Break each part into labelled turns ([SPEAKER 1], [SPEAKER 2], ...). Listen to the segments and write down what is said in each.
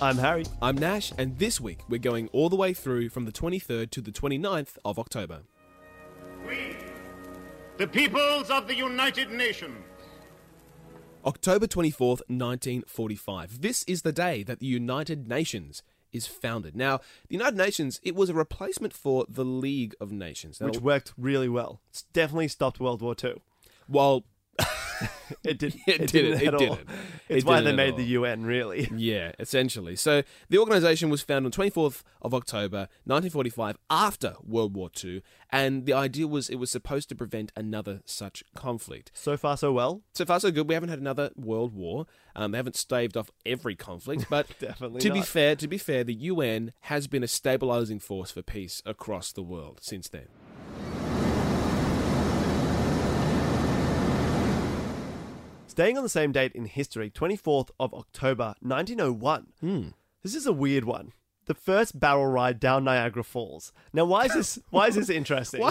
[SPEAKER 1] I'm Harry.
[SPEAKER 2] I'm Nash, and this week we're going all the way through from the 23rd to the 29th of October.
[SPEAKER 3] We, the peoples of the United Nations,
[SPEAKER 2] October 24th, 1945. This is the day that the United Nations is founded. Now, the United Nations, it was a replacement for the League of Nations. Now,
[SPEAKER 1] Which worked really well. It's definitely stopped World War II.
[SPEAKER 2] while
[SPEAKER 1] It didn't.
[SPEAKER 2] It
[SPEAKER 1] didn't
[SPEAKER 2] didn't,
[SPEAKER 1] at
[SPEAKER 2] it
[SPEAKER 1] all.
[SPEAKER 2] didn't.
[SPEAKER 1] It's
[SPEAKER 2] It
[SPEAKER 1] why
[SPEAKER 2] didn't
[SPEAKER 1] they
[SPEAKER 2] at
[SPEAKER 1] made
[SPEAKER 2] all.
[SPEAKER 1] the UN, really.
[SPEAKER 2] Yeah, essentially. So the organisation was founded on 24th of October 1945 after World War II, and the idea was it was supposed to prevent another such conflict.
[SPEAKER 1] So far, so well.
[SPEAKER 2] So far, so good. We haven't had another world war. Um, they haven't staved off every conflict, but
[SPEAKER 1] Definitely
[SPEAKER 2] to be
[SPEAKER 1] not.
[SPEAKER 2] fair, to be fair, the UN has been a stabilizing force for peace across the world since then.
[SPEAKER 1] Staying on the same date in history, 24th of October, 1901.
[SPEAKER 2] Hmm.
[SPEAKER 1] This is a weird one. The first barrel ride down Niagara Falls. Now, why is this? Why is this interesting?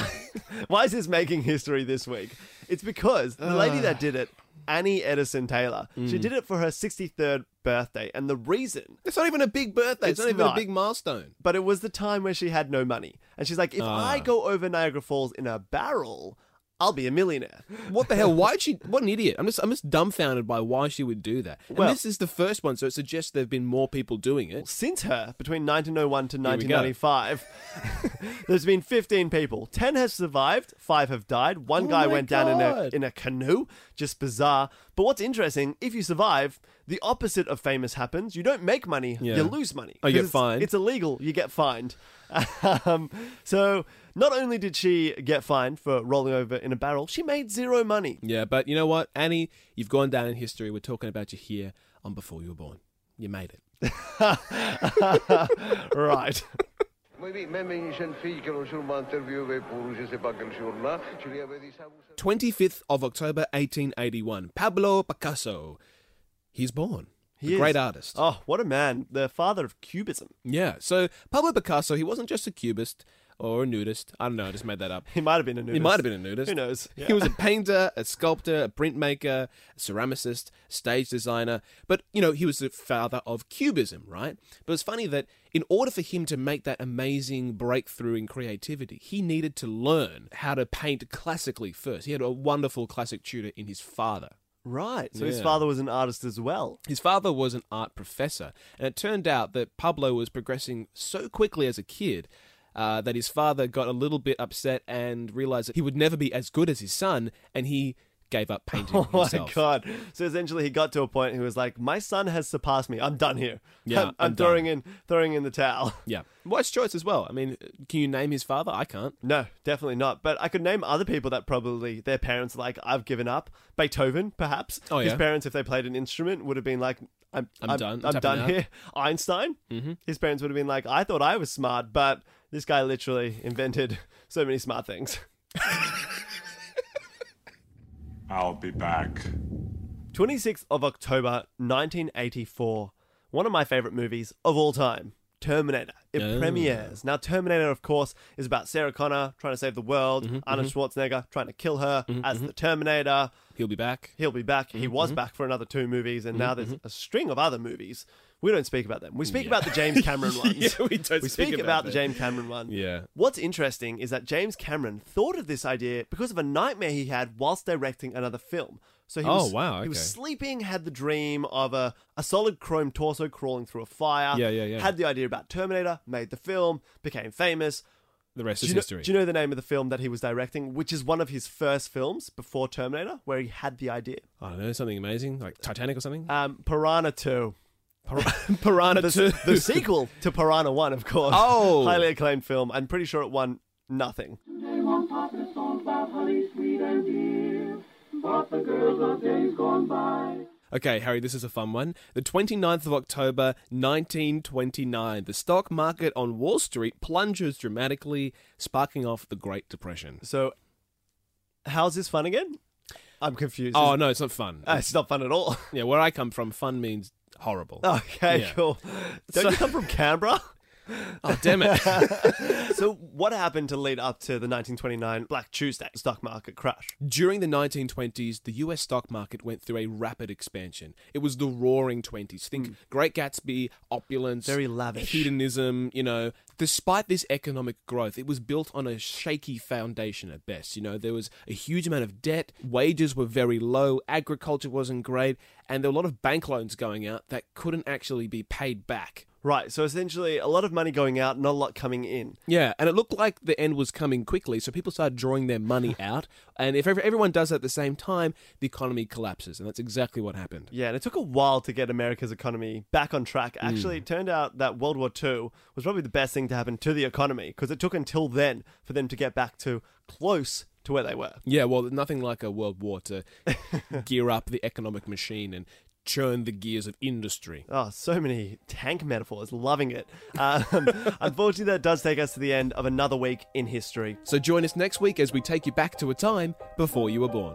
[SPEAKER 1] why? is this making history this week? It's because the lady that did it, Annie Edison Taylor, she
[SPEAKER 2] Hmm.
[SPEAKER 1] did it for her 63rd birthday, and the reason
[SPEAKER 2] It's not even a big birthday. It's,
[SPEAKER 1] It's
[SPEAKER 2] not even
[SPEAKER 1] not.
[SPEAKER 2] a big milestone.
[SPEAKER 1] but it was the time where she had no money. And she's like, if I go over Niagara Falls in a barrel, I'll be a millionaire.
[SPEAKER 2] What the hell? Why'd she? What an idiot! I'm just, I'm just dumbfounded by why she would do that. And
[SPEAKER 1] Well-
[SPEAKER 2] this is the first one, so it suggests there've been more people doing it.
[SPEAKER 1] Since her, between 1901 to
[SPEAKER 2] Here we go.
[SPEAKER 1] 1995, there's been 15 people. 10 have survived, 5 have died. One
[SPEAKER 2] Oh
[SPEAKER 1] guy
[SPEAKER 2] my
[SPEAKER 1] went down in a,
[SPEAKER 2] God.
[SPEAKER 1] in a canoe. Just bizarre. But what's interesting, if you survive, the opposite of famous happens. You don't make money,
[SPEAKER 2] Yeah.
[SPEAKER 1] you lose money.
[SPEAKER 2] Oh, you get
[SPEAKER 1] 'Cause it's-
[SPEAKER 2] fined?
[SPEAKER 1] It's illegal. You get fined. um, so not only did she get fined for rolling over in a barrel, she made zero money.
[SPEAKER 2] Yeah, but you know what, Annie? You've gone down in history. We're talking about you here on Before You Were Born. You made it.
[SPEAKER 1] right.
[SPEAKER 4] Oui, oui, même une jeune fille que l'on sûrement interviewée pour je ne sais pas quel journal, je lui avais dit ça. vous savez.
[SPEAKER 2] 25th of October 1881, Pablo Picasso. He's born. the
[SPEAKER 1] is.
[SPEAKER 2] great artist.
[SPEAKER 1] Oh, what a man. The father of cubism.
[SPEAKER 2] Yeah. So Pablo Picasso, he wasn't just a cubist or a nudist. I don't know, I just made that up.
[SPEAKER 1] He might have been a nudist.
[SPEAKER 2] He might have been a nudist.
[SPEAKER 1] Who knows?
[SPEAKER 2] He was a painter, a sculptor, a printmaker, a ceramicist, stage designer. But, you know, he was the father of cubism, right? But it's funny that in order for him to make that amazing breakthrough in creativity, he needed to learn how to paint classically first. He had a wonderful classic tutor in his father.
[SPEAKER 1] Right. So his
[SPEAKER 2] Yeah.
[SPEAKER 1] father was an artist as well.
[SPEAKER 2] His father was an art professor, and it turned out that Pablo was progressing so quickly as a kid uh, that his father got a little bit upset and realized that he would never be as good as his son, and he gave up painting
[SPEAKER 1] Oh my
[SPEAKER 2] himself.
[SPEAKER 1] god. So essentially he got to a point he was like, My son has surpassed me. I'm done here.
[SPEAKER 2] Yeah,
[SPEAKER 1] I'm, I'm
[SPEAKER 2] I'm
[SPEAKER 1] throwing in throwing in the towel.
[SPEAKER 2] Yeah, wise choice as well. I mean, can you name his father? I can't.
[SPEAKER 1] No, definitely not. But I could name other people that probably their parents are like, I've given up. Beethoven, perhaps.
[SPEAKER 2] Oh,
[SPEAKER 1] His
[SPEAKER 2] yeah.
[SPEAKER 1] parents, if they played an instrument, would have been like, I'm,
[SPEAKER 2] I'm done. I'm
[SPEAKER 1] I'm,
[SPEAKER 2] tapping
[SPEAKER 1] done
[SPEAKER 2] out."
[SPEAKER 1] here. Einstein,
[SPEAKER 2] Mm-hmm.
[SPEAKER 1] his parents would have been like, I thought I was smart, but this guy literally invented so many smart things.
[SPEAKER 5] I'll be back.
[SPEAKER 1] 26th of October 1984. One of my favorite movies of all time, Terminator. It
[SPEAKER 2] Oh.
[SPEAKER 1] premieres. Now, Terminator, of course, is about Sarah Connor trying to save the world, Arnold Schwarzenegger trying to kill her as the Terminator.
[SPEAKER 2] He'll be back.
[SPEAKER 1] He'll be back. He
[SPEAKER 2] Mm-hmm.
[SPEAKER 1] was back for another two movies, and now there's a string of other movies. We don't speak about them. We speak about the James Cameron ones.
[SPEAKER 2] Yeah, we don't
[SPEAKER 1] We
[SPEAKER 2] speak
[SPEAKER 1] speak,
[SPEAKER 2] about
[SPEAKER 1] about,
[SPEAKER 2] them.
[SPEAKER 1] the James Cameron one.
[SPEAKER 2] Yeah.
[SPEAKER 1] What's interesting is that James Cameron thought of this idea because of a nightmare he had whilst directing another film. So he
[SPEAKER 2] Oh,
[SPEAKER 1] was,
[SPEAKER 2] wow,
[SPEAKER 1] He was
[SPEAKER 2] okay.
[SPEAKER 1] sleeping, had the dream of a, a solid chrome torso crawling through a fire.
[SPEAKER 2] Yeah, yeah, yeah.
[SPEAKER 1] Had the idea about Terminator, made the film, became famous.
[SPEAKER 2] The rest
[SPEAKER 1] Do
[SPEAKER 2] is
[SPEAKER 1] you, know,
[SPEAKER 2] history.
[SPEAKER 1] do you know the name of the film that he was directing, which is one of his first films before Terminator, where he had the idea?
[SPEAKER 2] I don't know something amazing like Titanic or something.
[SPEAKER 1] Um, Piranha 2.
[SPEAKER 2] Piranha
[SPEAKER 1] The,
[SPEAKER 2] Two.
[SPEAKER 1] the sequel to Piranha 1, of course.
[SPEAKER 2] Oh.
[SPEAKER 1] Highly acclaimed film. I'm pretty sure it won nothing.
[SPEAKER 6] They want papa sold by honey sweet and dear, but the girls of days gone by.
[SPEAKER 2] Okay, Harry, this is a fun one. The 29th of October, 1929, the stock market on Wall Street plunges dramatically, sparking off the Great Depression.
[SPEAKER 1] So, how's this fun again? I'm confused.
[SPEAKER 2] Oh, no, it's not fun.
[SPEAKER 1] Uh, it's not fun at all.
[SPEAKER 2] yeah, where I come from, fun means horrible.
[SPEAKER 1] Okay,
[SPEAKER 2] Yeah.
[SPEAKER 1] cool. Don't
[SPEAKER 2] So-
[SPEAKER 1] you come from Canberra?
[SPEAKER 2] Oh, damn it.
[SPEAKER 1] So, what happened to lead up to the 1929 Black Tuesday stock market crash?
[SPEAKER 2] During the 1920s, the US stock market went through a rapid expansion. It was the roaring 20s. Think Great Gatsby, opulence,
[SPEAKER 1] Hmm. Very lavish.
[SPEAKER 2] hedonism, you know. Despite this economic growth, it was built on a shaky foundation at best. You know, there was a huge amount of debt, wages were very low, agriculture wasn't great, and there were a lot of bank loans going out that couldn't actually be paid back.
[SPEAKER 1] Right, so essentially a lot of money going out, not a lot coming in.
[SPEAKER 2] Yeah, and it looked like the end was coming quickly, so people started drawing their money out. And if ev- everyone does that at the same time, the economy collapses, and that's exactly what happened.
[SPEAKER 1] Yeah, and it took a while to get America's economy back on track. Actually, it turned out that World War II was probably the best thing to happen to the economy because it took until then for them to get back to close to where they were.
[SPEAKER 2] Yeah, well, nothing like a world war to gear up the economic machine and churn the gears of industry.
[SPEAKER 1] Oh, so many tank metaphors. Loving it. Um, unfortunately, that does take us to the end of another week in history.
[SPEAKER 2] So join us next week as we take you back to a time before you were born.